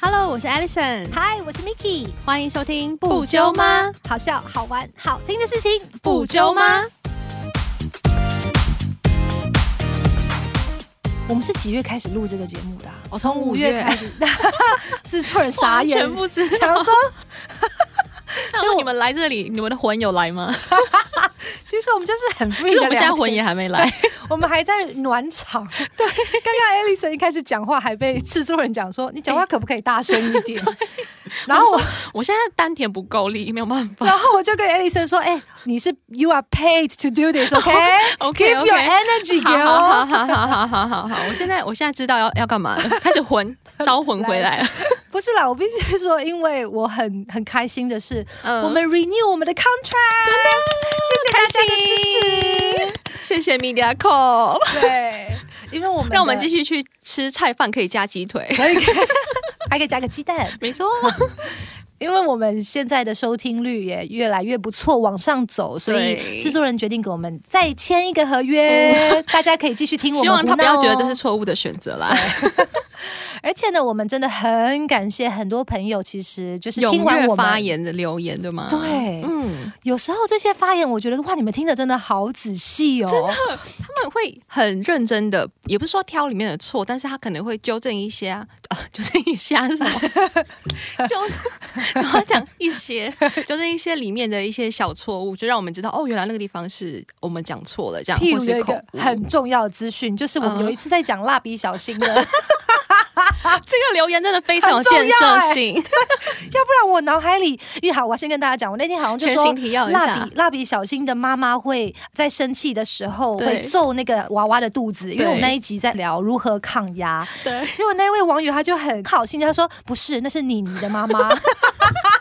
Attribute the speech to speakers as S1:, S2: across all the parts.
S1: Hello，我是 Alison，
S2: 嗨，我是 Miki，
S1: 欢迎收听？？
S2: 好笑、好玩、好听的事情，？？我们是几月开始录这个节目的啊、
S1: 哦
S2: 我
S1: 从
S2: 从
S1: 五
S2: 五
S1: 月
S2: 月开始， 制作人傻
S1: 完
S2: 眼
S1: 全，不 知道。
S2: 想说，
S1: 所以你们来这里，你们的魂有来吗？
S2: 其实我们就是很 free
S1: 其实我
S2: 的
S1: 们现在
S2: 聊
S1: 魂
S2: 天
S1: 也还没来，
S2: 我们还在暖场。对，刚刚 Alison 一开始讲话还被制作人讲说，你讲话可不可以大声一 点？然后我，
S1: 我现在丹田不够力，没有办法。
S2: 然后我就跟 Alison 说，哎、你是 You are paid to do this，OK？Give、
S1: 哦 OK
S2: your
S1: OK，
S2: energy,
S1: 好
S2: girl。
S1: 好好好好好好好好，我现在我现在知道要要干嘛了，开始 魂招魂回来了。
S2: 不是啦，我必须说，因为我很很开心的是，
S1: 嗯
S2: 我们 renew 我们的 contract，谢谢大家的支持。
S1: 谢谢 Media Call，
S2: 对，因为我们
S1: 让我们继
S2: 续，
S1: 续去吃菜饭，可以加鸡腿。
S2: 可以可以还可以加个鸡蛋，
S1: 没错，
S2: 因为我们现在的收听率也越来越不错，往上走，所
S1: 对哦
S2: 以制作人决定给我们再签一个合约， 大家可以继续听我们
S1: 希
S2: 胡闹哦。
S1: 望他不要觉得这是错误的选择啦。
S2: 而且呢，我们真的很感谢很多朋友，其实就是
S1: 踊
S2: 听完
S1: 跃
S2: 我
S1: 发
S2: 们。
S1: 言的留言，对吗？
S2: 对
S1: 嗯，
S2: 有时候这些发言，我觉得哇，你们听的真的好仔细哦，
S1: 他们会很认真的，也不是说挑里面的错，但是他可能会纠正一些啊，呃 纠正一下是什 么，纠然后讲一些， 纠正一些里面的一些小错误，就让我们知道哦，原来那个地方是我们讲错了，这样，
S2: 譬
S1: 或
S2: 如有
S1: 是
S2: 一
S1: 口
S2: 个
S1: 误嗯
S2: 很重要的资讯，就是我们有一次在讲蜡笔小新的，要
S1: 啊这个留言真的非常有
S2: 很重要
S1: 建设
S2: 哎
S1: 性，
S2: 不然我脑海里，因为好，我先跟大家讲，我那天好像就
S1: 全
S2: 说
S1: 情。提要一
S2: 蜡
S1: 下
S2: 笔。蜡笔小新的妈妈会在生气的时候
S1: 对
S2: 会揍那个娃娃的肚子，因为我们
S1: 对
S2: 那一集在聊如何抗压，
S1: 对，
S2: 结果那位网友他就很好心，他说不是，那是你你的妈 妈，很重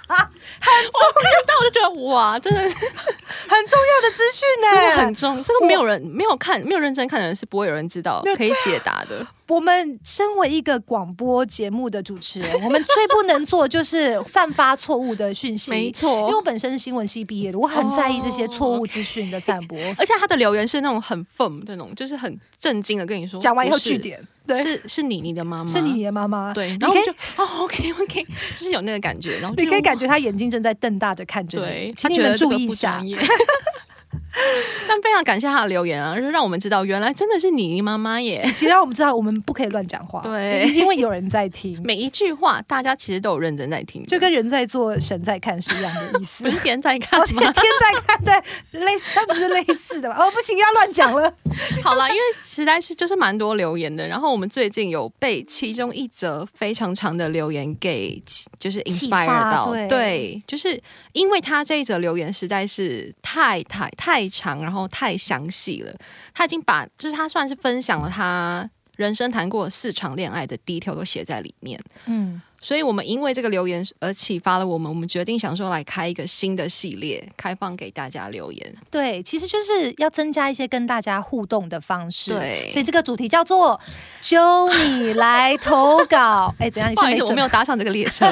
S1: 但我就觉得哇，真的是
S2: 要的资讯
S1: 真
S2: 呢
S1: 的。很重，这个没有人没有看没有认真看的人是不会有人知道
S2: 那
S1: 可以解答的。
S2: 我们身为一个广播节目的主持人，我 们最不能做就是散发错误的讯息，
S1: 没错
S2: 因为我本身是新闻系毕业的，我很在意这些错误资讯的散播。
S1: 而且他的留言是那种很 firm 的那种，就是很震惊的跟你说，
S2: 讲完以后
S1: 不是
S2: 据，点，对，
S1: 是是你你的妈妈，
S2: 是你的妈妈，
S1: 对，
S2: 你
S1: 然后
S2: 可
S1: 我
S2: 以
S1: 就哦 OK OK，就是有那个感觉，然后
S2: 你可以感
S1: 觉
S2: 觉她眼睛正在瞪大着看着
S1: 对
S2: 你，，
S1: 他
S2: 请你
S1: 觉
S2: 们
S1: 得这
S2: 注
S1: 个
S2: 意一
S1: 不
S2: 下
S1: 专。业。 但非常感谢他的留言啊，就是让我们知道原来真的是你你妈妈耶。
S2: 其实让我们知道，我们不可以乱讲话，
S1: 对
S2: 因为有人在 听，
S1: 每一句话大家其实都有认真在听的，
S2: 就跟人在做，神在看是一样的意 思
S1: 不。是点在 看
S2: 而且
S1: 吗
S2: 天？在看，对，类似，它不是类似的吧？哦，不行，又要乱讲了。
S1: 好啦，因为实在是就是蛮多留言的，然后我们最近有被其中一则非常长的留言给就是 inspire
S2: 发
S1: 到，
S2: 对
S1: 就是因为他这一则留言实在是太太太长，然后太详细了，他已经把就是他算是分享了他人生谈过的四场恋爱的 detail 都写在里面。
S2: 嗯，
S1: 所以我们因为这个留言而启发了我们，我们决定想说来开一个新的系列，开放给大家留言。
S2: 对，其实就是要增加一些跟大家互动的方式。
S1: 对
S2: 所以这个主题叫 做“揪你来投稿” 。 哎，怎样？你
S1: 不
S2: 是
S1: 好意
S2: 没
S1: 思，我
S2: 准
S1: 没有搭上这个列 车。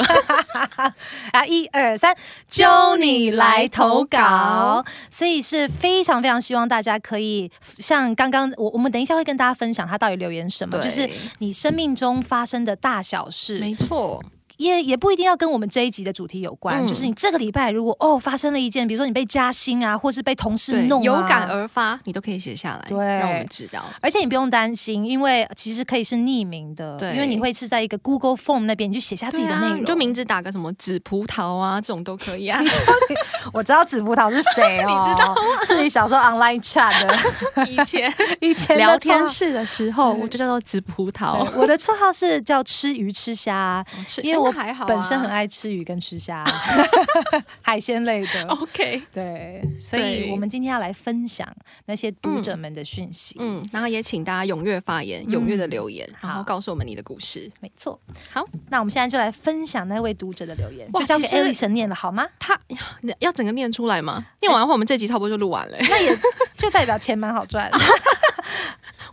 S2: 啊，一二三，揪你来投稿。所以是非常非常希望大家可以像刚刚我我们等一下会跟大家分享他到底留言什么，
S1: 对
S2: 就是你生命中发生的大小事，
S1: 没错，
S2: 也也不一定要跟我们这一集的主题有关，
S1: 嗯
S2: 就是你这个礼拜如果哦发生了一件，比如说你被加薪啊，或是被同事
S1: 对
S2: 弄、啊，
S1: 有感而发，啊你都可以写下来，
S2: 对
S1: 让我们知道。
S2: 而且你不用担心，因为其实可以是匿名的，
S1: 对
S2: 因为你会是在一个 Google Form 那边，你就写下自己的内
S1: 对啊
S2: 容。
S1: 你就名字打个什么紫葡萄 啊，这种都可以啊，
S2: 我知道紫葡萄是谁哦，
S1: 你知道
S2: 是你 小时候 online chat 的
S1: 以前
S2: 以前的
S1: 聊
S2: 绰
S1: 天
S2: 号
S1: 室的时候，我就叫做紫葡萄，
S2: 对我的绰号是叫吃鱼吃虾，
S1: 是
S2: 因为
S1: 那
S2: 我
S1: 还好啊
S2: 本身很 爱吃鱼跟吃虾，海鲜类的。
S1: 哦 OK，
S2: 对，所以
S1: 对
S2: 我们今天要来分享那些读者们的讯息。
S1: 嗯，然后也请大家踊跃发言，
S2: 嗯
S1: 踊跃的留言，然后
S2: 好
S1: 告诉我们你的故事。
S2: 没错，
S1: 好，
S2: 那我们现在就来分享那位读者的留言，
S1: 哇
S2: 就交给
S1: 其实
S2: Alison 念了好吗？
S1: 他呀那要整个念出来吗？念完的话，我们这集差不多就录完了。
S2: 那也就代表钱蛮好赚。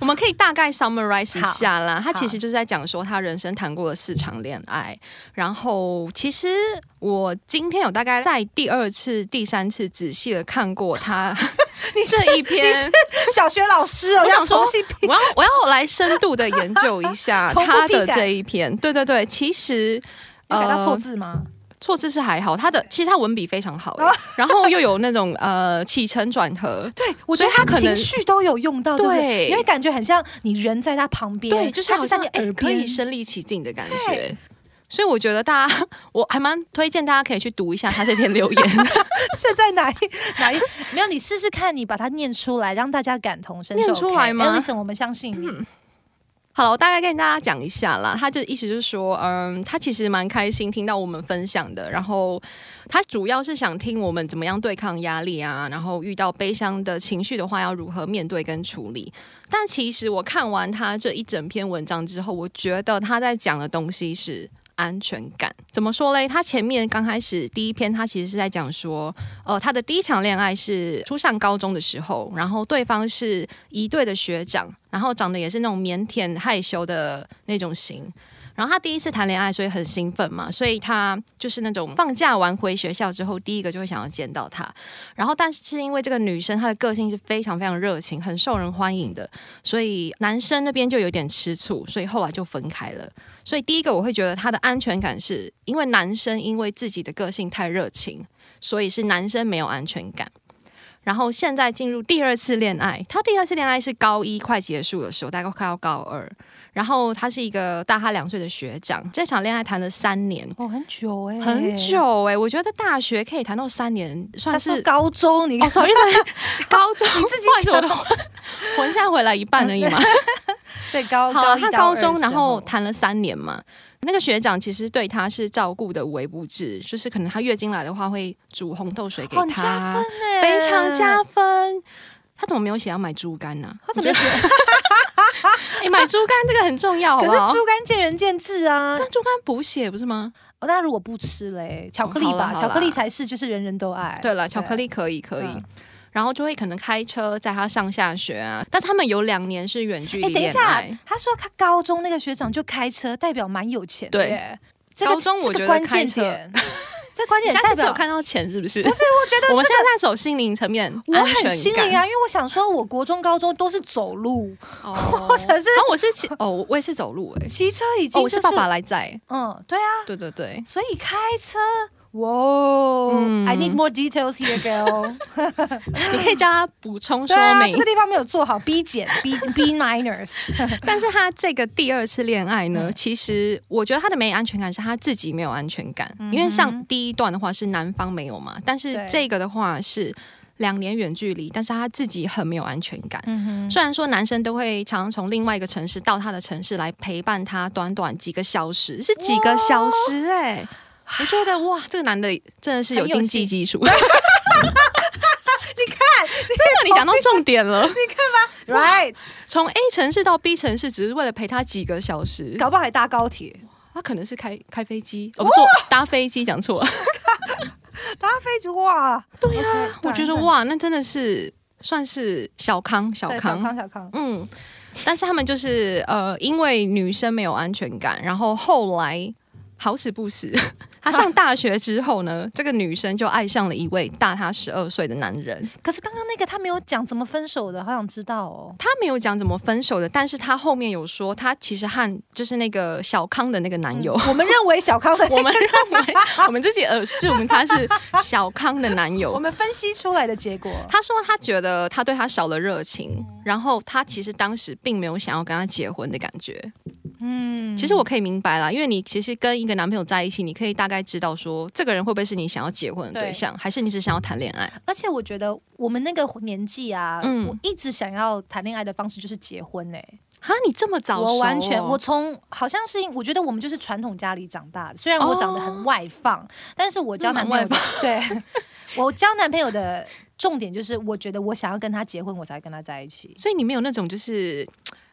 S1: 我们可以大概 summarize 一下啦。他
S2: 好
S1: 其实就是在讲说他人生谈过的四场恋爱，然后其实我今天有大概在第二次、第三次仔细的看过 他这一篇，
S2: 小学老师哦，
S1: 我想
S2: 要
S1: 说
S2: 重新
S1: 我要我要来深度的研究一下
S2: 重复
S1: 他的
S2: 批改
S1: 这一篇。对对对，其实。
S2: 要改到错
S1: 呃
S2: 字吗？
S1: 错字是还好，他的其实他文笔非常好
S2: 哦
S1: 耶，然后又有那种呃起承转合，
S2: 对，我觉得
S1: 所
S2: 他
S1: 以他可
S2: 情
S1: 能
S2: 绪都有用到，对不对？
S1: 对
S2: 因为感觉很像你人在他旁边，
S1: 对，就是
S2: 他
S1: 好
S2: 就
S1: 像
S2: 在你
S1: 哎
S2: 耳
S1: 可以
S2: 边。
S1: 身临其境的感觉。所以我觉得大家， 我还蛮推荐大家可以去读一下他这篇留言。
S2: 是在 哪一哪一？没有，你试试看，你把它念出来，让大家感同身受。
S1: 念出来吗嗯
S2: e l i s o n 我们相信你。
S1: 好了，我大概跟大家讲一下啦。他就意思就是说，嗯，他其实蛮开心听到我们分享的，然后他主要是想听我们怎么样对抗压力啊，然后遇到悲伤的情绪的话，要如何面对跟处理。但其实我看完他这一整篇文章之后，我觉得他在讲的东西是。安全感怎么说嘞？他前面刚开始第一篇，他其实是在讲说，呃，他的第一场恋爱是初上高中的时候，然后对方是一队的学长，然后长得也是那种腼腆害羞的那种型。然后他第一次谈恋爱，所以很兴奋嘛，所以他就是那种放假完回学校之后，第一个就会想要见到她。然后，但是因为这个女生她的个性是非常非常热情，很受人欢迎的，所以男生那边就有点吃醋，所以后来就分开了。所以第一个我会觉得他的安全感是因为男生因为自己的个性太热情，所以是男生没有安全感。然后现在进入第二次恋爱，他第二次恋爱是高一快结束的时候，大概快要高二。然后他是一个大他两岁的学长，这场恋爱谈了三年，
S2: 哦，很久哎、
S1: 很。久哎、我觉觉得大学可以谈到三年，
S2: 他
S1: 算
S2: 是
S1: 是
S2: 高中，你
S1: 哦，sorry sorry，高 中
S2: 你自己
S1: 不 好意思我
S2: 讲
S1: 的魂魂现在回来一半而已嘛。
S2: 对高
S1: 好
S2: 高
S1: 啊，
S2: 一
S1: 他
S2: 到
S1: 高
S2: 二
S1: 中
S2: 的
S1: 然
S2: 时
S1: 后
S2: 候
S1: 谈了三年嘛，那个学长其实对他是照顾的微不至，就是可能他月经来的话会煮红豆水给
S2: 哦很
S1: 他，
S2: 加分哎、
S1: 非常加分。他怎么没有写要买猪肝呢、
S2: 他怎么写？
S1: 哎、买猪肝这个很重 要，好啊
S2: 可
S1: 不
S2: 是
S1: 好？
S2: 猪肝见仁见智啊。
S1: 但猪肝补血不是吗？
S2: 哦，那如果不吃嘞，巧克力
S1: 嗯好啦
S2: 吧，
S1: 好
S2: 巧克力
S1: 啦
S2: 才是就是人人都爱。
S1: 对了，巧克力可以可以。
S2: 嗯
S1: 然后就会可能开车载他上下学啊，但是他们有两年是远距
S2: 哎、
S1: 离
S2: 等一
S1: 恋
S2: 下
S1: 爱。，
S2: 他说他高中那个学长就开车，代表蛮有钱的
S1: 对
S2: 耶。这个
S1: 高中我觉
S2: 这个
S1: 得
S2: 关键
S1: 开车
S2: 点，这关
S1: 你
S2: 键 点
S1: 下
S2: 代
S1: 次有
S2: 表
S1: 看到钱是不是？
S2: 不是，我觉得
S1: 我们现在在走心灵层面，
S2: 我很心
S1: 安全
S2: 灵
S1: 感。
S2: 啊，因为我想说，我国中、高中都是走路，
S1: 哦，
S2: 或者是
S1: 然后我是骑哦，我我也是走路哎、
S2: 骑车已
S1: 哦，
S2: 经
S1: 我
S2: 就是是
S1: 爸爸来载。
S2: 嗯，对啊，
S1: 对对 对，
S2: 所以开车。哇、哦 i
S1: 嗯
S2: need more details here, girl 。
S1: 你可以叫他补充说
S2: 对啊，
S1: 明
S2: 这个。地方没有做好，B 减，B B minors。
S1: 但是他这个第二次恋爱呢，其实我觉得他的没安全感是他自己没有安全感，因为像第一段的话是男方没有嘛，但是
S2: 对
S1: 这个的话是两年远距离，但是他自己很没有安全感。
S2: 嗯哼，
S1: 虽然说男生都会常常从另外一个城市到他的城市来陪伴他，短短几个小时是几个小时哎、我觉得哇，这个男的真的是有
S2: 很有
S1: 经济
S2: 戏
S1: 基础。你看， 真的，你讲到重点了。
S2: Right，
S1: 从 A 城市到 B 城市，只是为了陪他几个小时，
S2: 搞不好还搭高铁，
S1: 他可能是开开飞机，哦，不坐搭飞机，讲
S2: 啊
S1: 错了。
S2: 搭飞机哇！对啊
S1: 我觉得，哇，那真的是算是小康小
S2: 对小
S1: 康
S2: 康小康，
S1: 嗯，但是他们就是呃，因为女生没有安全感，然后后来好死不死， 她上大学之后 呢，这个女生就爱上了一位大她十二岁的男人。
S2: 可是刚刚那个他没有讲怎么分手的，好想知道哦。
S1: 她没有讲怎么分手的，但是她后面有说，她其实和就是那个小康的那个男友。
S2: 我们认为小康的
S1: ，我们认为我们自己耳视，我们他是小康的男友
S2: 我，们分析出来的结果，
S1: 他说他觉得他对他少了热情，然后他其实当时并没有想要跟他结婚的感觉。
S2: 嗯，
S1: 其实我可以明白啦，因为你其实跟一个男朋友在一起，你可以大概知道说这个人会不会是你想要结婚的对象，还是你只想要谈恋爱。
S2: 而且我觉得我们那个年纪啊，
S1: 嗯
S2: 我一直想要谈恋爱的方式就是结婚呢、欸
S1: 哈，你这么早熟哦、
S2: 我完全，我从好像是因我觉得我们就是传统家里长大的，虽然我长得很外放，但是我交男朋友的 对，我交男朋友的重点就是，我觉得我想要跟他结婚，我才跟他在一起。
S1: 所以你没有那种就是。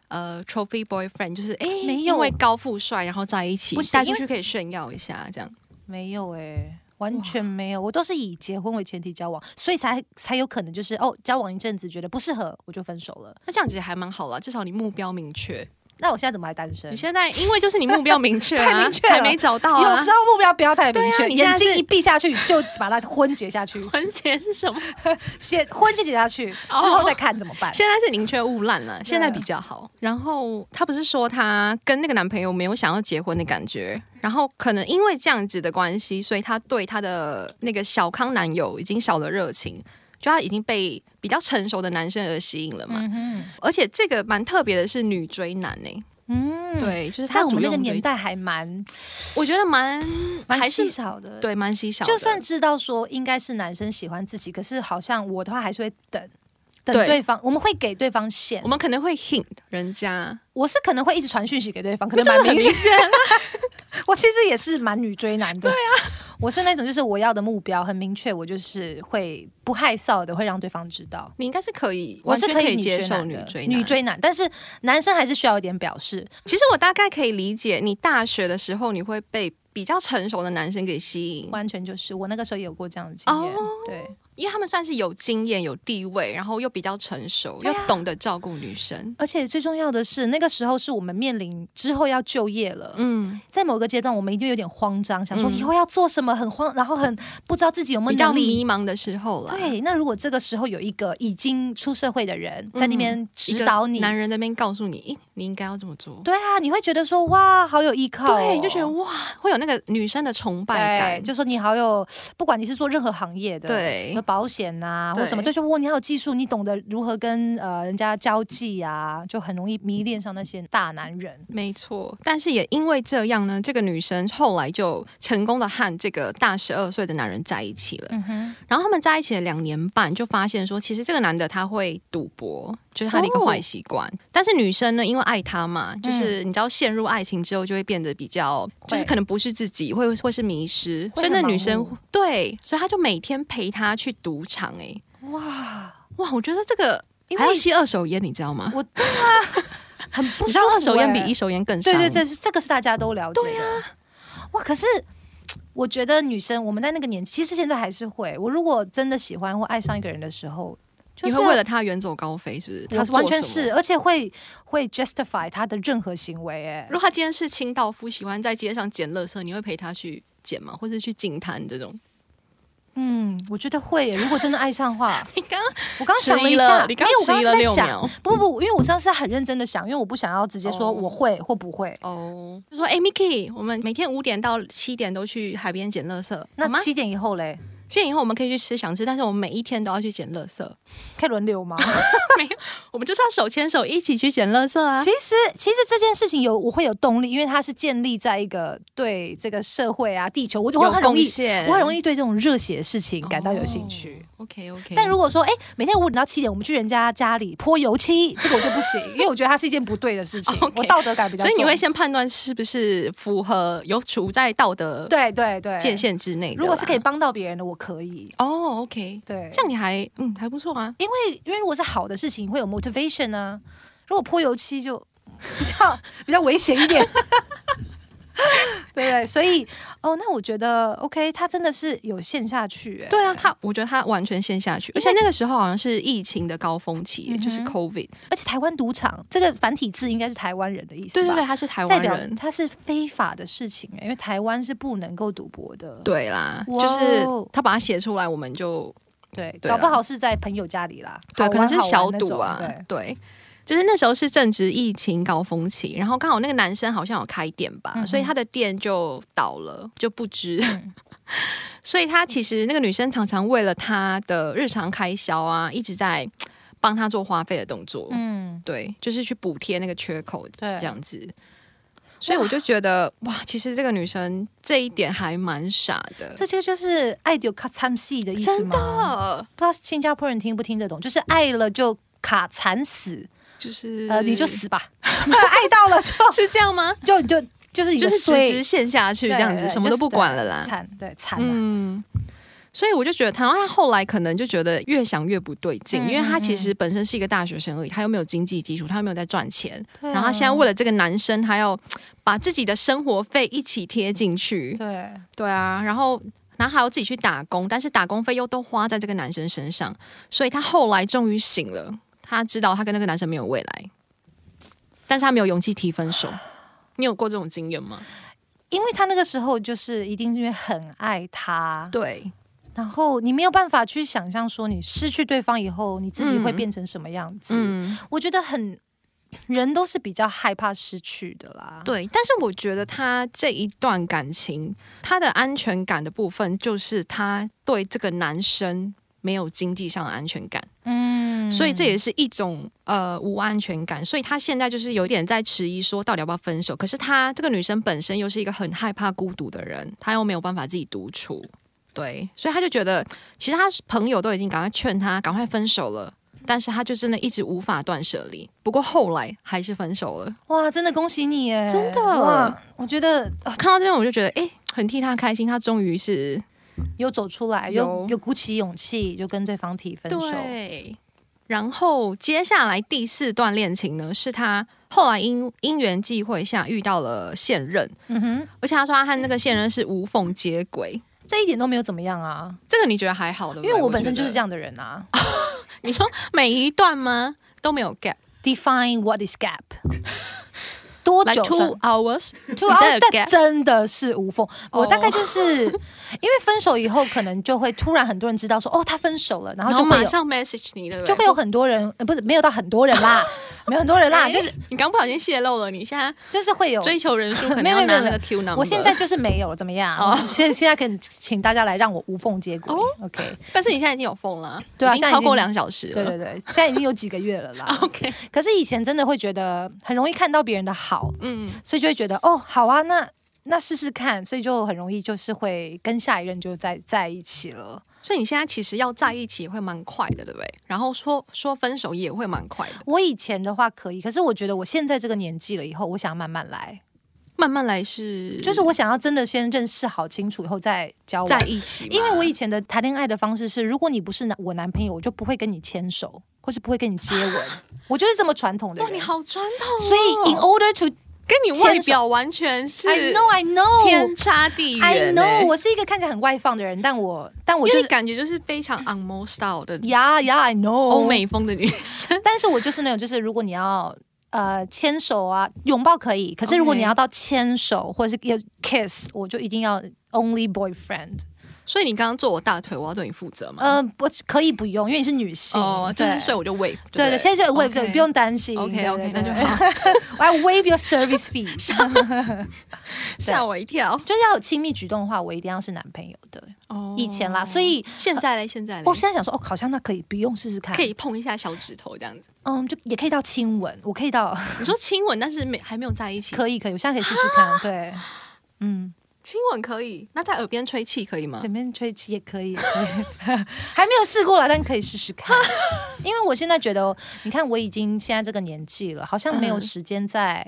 S1: 呃，trophy boyfriend 就是哎，
S2: 没有
S1: 因为高富帅然后在一起
S2: 不，是
S1: 带出
S2: 因为
S1: 去可以炫耀一下这样。
S2: 没有哎、完全没有，我都是以结婚为前提交往，所以才才有可能就是哦，交往一阵子觉得不适合，我就分手了。
S1: 那这样子也还蛮好啦，至少你目标明确。
S2: 那我现在怎么还单身
S1: 你？现在因为就是你目标明确、啊，
S2: 太明确了
S1: 还没找到、啊，
S2: 有时候目标不要太明确，
S1: 对啊你现在
S2: 眼睛
S1: 是
S2: 一闭下去就把它昏 结下去，
S1: 环节是什么？
S2: 先昏结下去之
S1: 哦
S2: 后再看怎么 办。
S1: 现在是宁缺毋滥
S2: 啊
S1: 了，现在比较好。然后她不是说她跟那个男朋友没有想要结婚的感觉，然后可能因为这样子的关系，所以她对她的那个小康男友已经少了热情，就她已经被比较成熟的男生而吸引了嘛。
S2: 嗯哼，
S1: 而且这个蛮特别的是女追男呢、
S2: 嗯，
S1: 对，就是她
S2: 在我们那个
S1: 主动追
S2: 年，代还蛮
S1: 我觉得蛮
S2: 蛮
S1: 还
S2: 稀
S1: 是
S2: 少的，。
S1: 对蛮稀少的，
S2: 就算知道说应该是男生喜欢自己，可是好像我的话还是会等。等
S1: 对
S2: 对方，我们会给对方线
S1: 我，们可能会 hint 人家，
S2: 我是可能会一直传讯息给对方，可
S1: 这
S2: 能蛮
S1: 个很
S2: 明
S1: 明
S2: 显。
S1: 显，
S2: 我其实也是蛮女追男的，对啊， 我是那种就是我要的目标很明确，我就是会不害臊的，会让对方知道。
S1: 你应该是可以，
S2: 我是
S1: 完全
S2: 可
S1: 以
S2: 女
S1: 接
S2: 追
S1: 受
S2: 男
S1: 女
S2: 的
S1: 追
S2: 女
S1: 男
S2: 追男，但是男生还是需要一点表示。
S1: 其实我大概可以理解，你大学的时候你会被比较成熟的男生给吸引，
S2: 完全就是我那个时候也有过这样的经验，
S1: 嗯哦
S2: 对，
S1: 因为他们算是有经验、有地位，然后又比较成熟，
S2: 对
S1: 又
S2: 啊
S1: 懂得照顾女生。
S2: 而且最重要的是，那个时候是我们面临之后要就业了，
S1: 嗯，
S2: 在某个阶段我们一定有点慌张，想说
S1: 嗯
S2: 以后要做什么，很慌，然后很不知道自己有没
S1: 比
S2: 有
S1: 较
S2: 能力。
S1: 迷茫的时候啦，
S2: 对，那如果这个时候有一个已经出社会的人在那边
S1: 嗯一
S2: 指
S1: 个
S2: 导你，
S1: 男人那边告诉你，诶你应该要这么做。
S2: 对啊，你会觉得说哇，好有依靠、哦，
S1: 对，你就觉得哇，会有那个女生的崇拜
S2: 对，
S1: 感，
S2: 就说你好有，不管你是做任何行业的，
S1: 对
S2: 什么保险呐、
S1: 对
S2: 或什么，就是哇，你好有技术，你懂得如何跟呃人家交际啊，就很容易迷恋上那些大男人。
S1: 没错，但是也因为这样呢，这个女生后来就成功的和这个大十二岁的男人在一起了。
S2: 嗯哼，
S1: 然后他们在一起了两年半，就发现说，其实这个男的他会赌博，就是他的一
S2: 哦
S1: 个坏习惯。但是女生呢，因为爱他嘛，
S2: 嗯
S1: 就是你知道陷入爱情之后，就会变得比较，就是可能不是自己，会会是迷失。
S2: 会
S1: 所
S2: 很
S1: 以那
S2: 盲目
S1: 女生对，所以他就每天陪她去赌场、欸。
S2: 哇，
S1: 哇，我觉得这个
S2: 因
S1: 还
S2: 为
S1: 要吸二手烟，你知道吗？
S2: 我对啊，很不
S1: 你知
S2: 舒服、
S1: 道
S2: 欸。
S1: 二手烟比一手烟更伤。
S2: 对对，这是这个是大家都了解的。对啊，哇，可是。我觉得女生，我们在那个年纪，其实现在还是会。我如果真的喜欢或爱上一个人的时候，就
S1: 你
S2: 是
S1: 会
S2: 要
S1: 为了他远走高飞，是不是？他
S2: 我完全
S1: 做什么
S2: 是，。而且会会 justify 他的任何行为、哎，
S1: 如果他今天是清道夫，喜欢在街上捡垃圾，你会陪他去捡吗？或者去净滩这种？
S2: 嗯，我觉得会耶。如果真的爱上的 话，
S1: 你刚
S2: 我刚想
S1: 迟疑
S2: 一下，
S1: 了你
S2: 没有，我刚
S1: 迟疑
S2: 刚
S1: 了
S2: 是在
S1: 六
S2: 想，
S1: 秒。
S2: 不不，因为我上次很认真的想，因为我不想要直接说
S1: 哦
S2: 我会或不会。
S1: 哦，就说哎、m i k i 我们每天五点到七点都去海边捡垃圾，好
S2: 那
S1: 吗？
S2: 七点以后嘞，
S1: 七点以后我们可以去吃想吃，但是我们每一天都要去捡垃圾，
S2: 可以轮流吗？
S1: 我们就是要手牵手一起去捡垃圾啊！
S2: 其实，其实这件事情有我会有动力，因为它是建立在一个对这个社会啊、地球，我就会
S1: 有
S2: 很容
S1: 贡
S2: 易，
S1: 献，
S2: 我很容易对这种热血的事情感到有兴趣。
S1: 哦。OK OK，
S2: 但如果说，哎、每天五点到七点，我们去人家家里泼油漆，这个我就不行，因为我觉得它是一件不对的事 情
S1: OK
S2: 我道德感比较
S1: 所
S2: 重。
S1: 以你会先判断是不是符合有处在道德
S2: 对对对
S1: 界限之内的啦，
S2: 如果是可以帮到别人的，我可以。
S1: 哦，OK，
S2: 对，
S1: 这样你还嗯还不错啊。
S2: 因为因为如果是好的事情，会有 motivation 啊。如果泼油漆就比较 比较危险一 点，对不对？所以哦，那我觉得 OK，他真的是有陷下去、欸，
S1: 对啊，他我觉得他完全陷下去，而且那个时候好像是疫情的高峰期，
S2: 嗯
S1: 就是 COVID。
S2: 而且台湾赌场这个繁体字应该是台湾人的意思
S1: 对
S2: 吧？
S1: 对对，他是台
S2: 代
S1: 湾
S2: 表
S1: 人，
S2: 它是非法的事情、欸，因为台湾是不能够赌博的。
S1: 对啦，
S2: 哇
S1: 就
S2: 哦
S1: 是他把它写出来，我们就
S2: 对，
S1: 对
S2: 搞不
S1: 啦
S2: 好是在朋友家里啦，
S1: 对，啊
S2: 好
S1: 可能
S2: 玩
S1: 是
S2: 好玩
S1: 小
S2: 那
S1: 赌
S2: 种
S1: 啊
S2: 对，
S1: 对。就是那时候是正值疫情高峰期，然后刚好那个男生好像有开店吧，
S2: 嗯哼嗯
S1: 所以他的店就倒了，就不知。 所以他其实那个女生常常为了他的日常开销啊，一直在帮他做花费的动作。
S2: 嗯，
S1: 对，就是去补贴那个缺口，
S2: 对
S1: 这样子。所以我就觉得哇，其实这个女生这一点还蛮傻的，
S2: 这就就是爱丢卡参戏的意思
S1: 真
S2: 吗？
S1: 的
S2: 不知道新加坡人听不听得懂，就是爱了就卡惨死，
S1: 就是
S2: 呃，你就死 吧，爱到了就是
S1: 这样吗？
S2: 就就就是你
S1: 就
S2: 的
S1: 是直
S2: 衰
S1: 直陷下去这样子，
S2: 对对
S1: 什么都不管了啦。
S2: 惨，对惨啊，
S1: 嗯，所以我就觉得他，然后他后来可能就觉得越想越不对劲，
S2: 嗯
S1: 因为他
S2: 嗯
S1: 其实本身是一个大学生而已，他又没有经济基础，他又没有在赚钱，
S2: 对啊
S1: 然后他现在为了这个男生，他要把自己的生活费一起贴进去，
S2: 对
S1: 对啊，然后然后还要自己去打工，但是打工费又都花在这个男生身上，所以她后来终于醒了，她知道她跟那个男生没有未来。但是他没有勇气提分手。你有过这种经验吗？
S2: 因为他那个时候就是一定是因为很爱他，
S1: 对，
S2: 然后你没有办法去想象说你失去对方以后你自己会变成什么样子。
S1: 嗯，
S2: 我觉得很人都是比较害怕失去的啦。
S1: 对。但是我觉得他这一段感情，他的安全感的部分，就是他对这个男生没有经济上的安全感。
S2: 嗯
S1: 所以这也是一种呃无安全感，所以她现在就是有点在迟疑，说到底要不要分手。可是她这个女生本身又是一个很害怕孤独的人，她又没有办法自己独处，对，所以她就觉得其实她朋友都已经赶快劝她赶快分手了，但是她就真的一直无法断舍离。不过后来还是分手了。
S2: 哇，真的恭喜你耶！
S1: 真的
S2: 哇，我觉得啊
S1: 看到这边我就觉得，诶，很替她开心，她终于是
S2: 有走出来，有
S1: 有
S2: 有鼓起勇气，就跟对方提分手。
S1: 对，然后接下来第四段恋情呢，是他后来因因缘际会下遇到了现任，
S2: 嗯哼，
S1: 而且他说他和那个现任是无缝接轨。
S2: 这一点都没有怎么样啊，
S1: 这个你觉得还好的？
S2: 因为我本身就是这
S1: 样。
S2: 样的人啊。
S1: 你说每一段吗都没有 gap，
S2: Define what is gap？多
S1: 来
S2: 久
S1: two hours，
S2: two
S1: Is
S2: hours，
S1: that a
S2: 但
S1: gap？
S2: 真的是无缝。我
S1: 哦
S2: 大概就是因为分手以后，可能就会突然很多人知道说，哦，他分手了，然
S1: 然
S2: 后
S1: 后
S2: 就会
S1: 马
S2: 有
S1: 上 message 你，对不对？
S2: 就会有很多人，呃、不是没有到很多人 啦，没有很多人啦，
S1: 哎
S2: 就是
S1: 你刚不小心泄露了，你现在
S2: 就是会有。
S1: 追求人数可能
S2: 没有
S1: 要
S2: 没有
S1: 拿
S2: 没有
S1: 那个 Q number。
S2: 我现在，就是没有了，怎么样
S1: 哦？
S2: 现、现在可以请大家来让我无缝接轨。
S1: 哦
S2: OK，
S1: 但是你现在已经有缝了，
S2: 对啊
S1: 已
S2: 现
S1: 经
S2: 在已
S1: 超过
S2: 经
S1: 两小时了。。
S2: 对对对，现在已经有几个月了啦
S1: OK，哦
S2: 可是以前真的会觉得很容易看到别人的好，
S1: 嗯，
S2: 所以就会觉得哦，好啊，那那试试看，所以就很容易就是会跟下一任就在在一起了。
S1: 所以你现在其实要在一起也会蛮快的，对不对？然后说说分手也会蛮快的，
S2: 我以前的话可以，可是我觉得我现在这个年纪了以后，我想要慢慢来，
S1: 慢慢来是
S2: 就是我想要真的先认识好清楚以后再交往。
S1: 在一起嘛，
S2: 因为我以前的谈恋爱的方式是，如果你不是男我男朋友，我就不会跟你牵手，或是不会跟你接吻，我就是这么传统的
S1: 啊哇，
S2: 人。
S1: 你好传统哦、
S2: 所以，in order to
S1: 跟你外表完全是
S2: I know I know
S1: 天差地远、欸、
S2: I know，我是一个看起来很外放的人，但我但我
S1: 因
S2: 就
S1: 为你
S2: 是
S1: 感觉就是非常 on mo style 的
S2: 呀呀 I know
S1: 欧，美风的女生，
S2: 但是我就是那种，就是如果你要呃牵手啊拥抱可以，可是如果
S1: OK
S2: 你要到牵手或者是要 kiss，我就一定要 only boyfriend。
S1: 所以你刚刚坐我大腿，我要对你负责吗？
S2: 呃，不可以不用，因为你是女性
S1: 哦，就是
S2: 对
S1: 所以我就 wave，
S2: 对对，
S1: 对，
S2: 现在就 wave，
S1: OK
S2: 对不用担心。
S1: OK OK，那就
S2: 好。
S1: 好，
S2: I waive your service fee，
S1: 吓我一跳。
S2: 就是要有亲密举动的话，我一定要是男朋友的。
S1: 哦
S2: 以前啦，所以
S1: 现在嘞，现在嘞，
S2: 我现在想说，哦，好像那可以不用试试看，
S1: 可以，碰一下小指头这样子。
S2: 嗯，就也可以到亲吻，我可以到，
S1: 你说亲吻，但是没还没有在一起，
S2: 可以可以，我现在可以试试 看，对，嗯，
S1: 亲吻可以，那在耳边吹气可以吗
S2: 前？面吹气也可以，也可以 还没有试过啦，但可以试试 看，因为我现在觉得哦，你看我已经现在这个年纪了，好像没有
S1: 嗯
S2: 时间再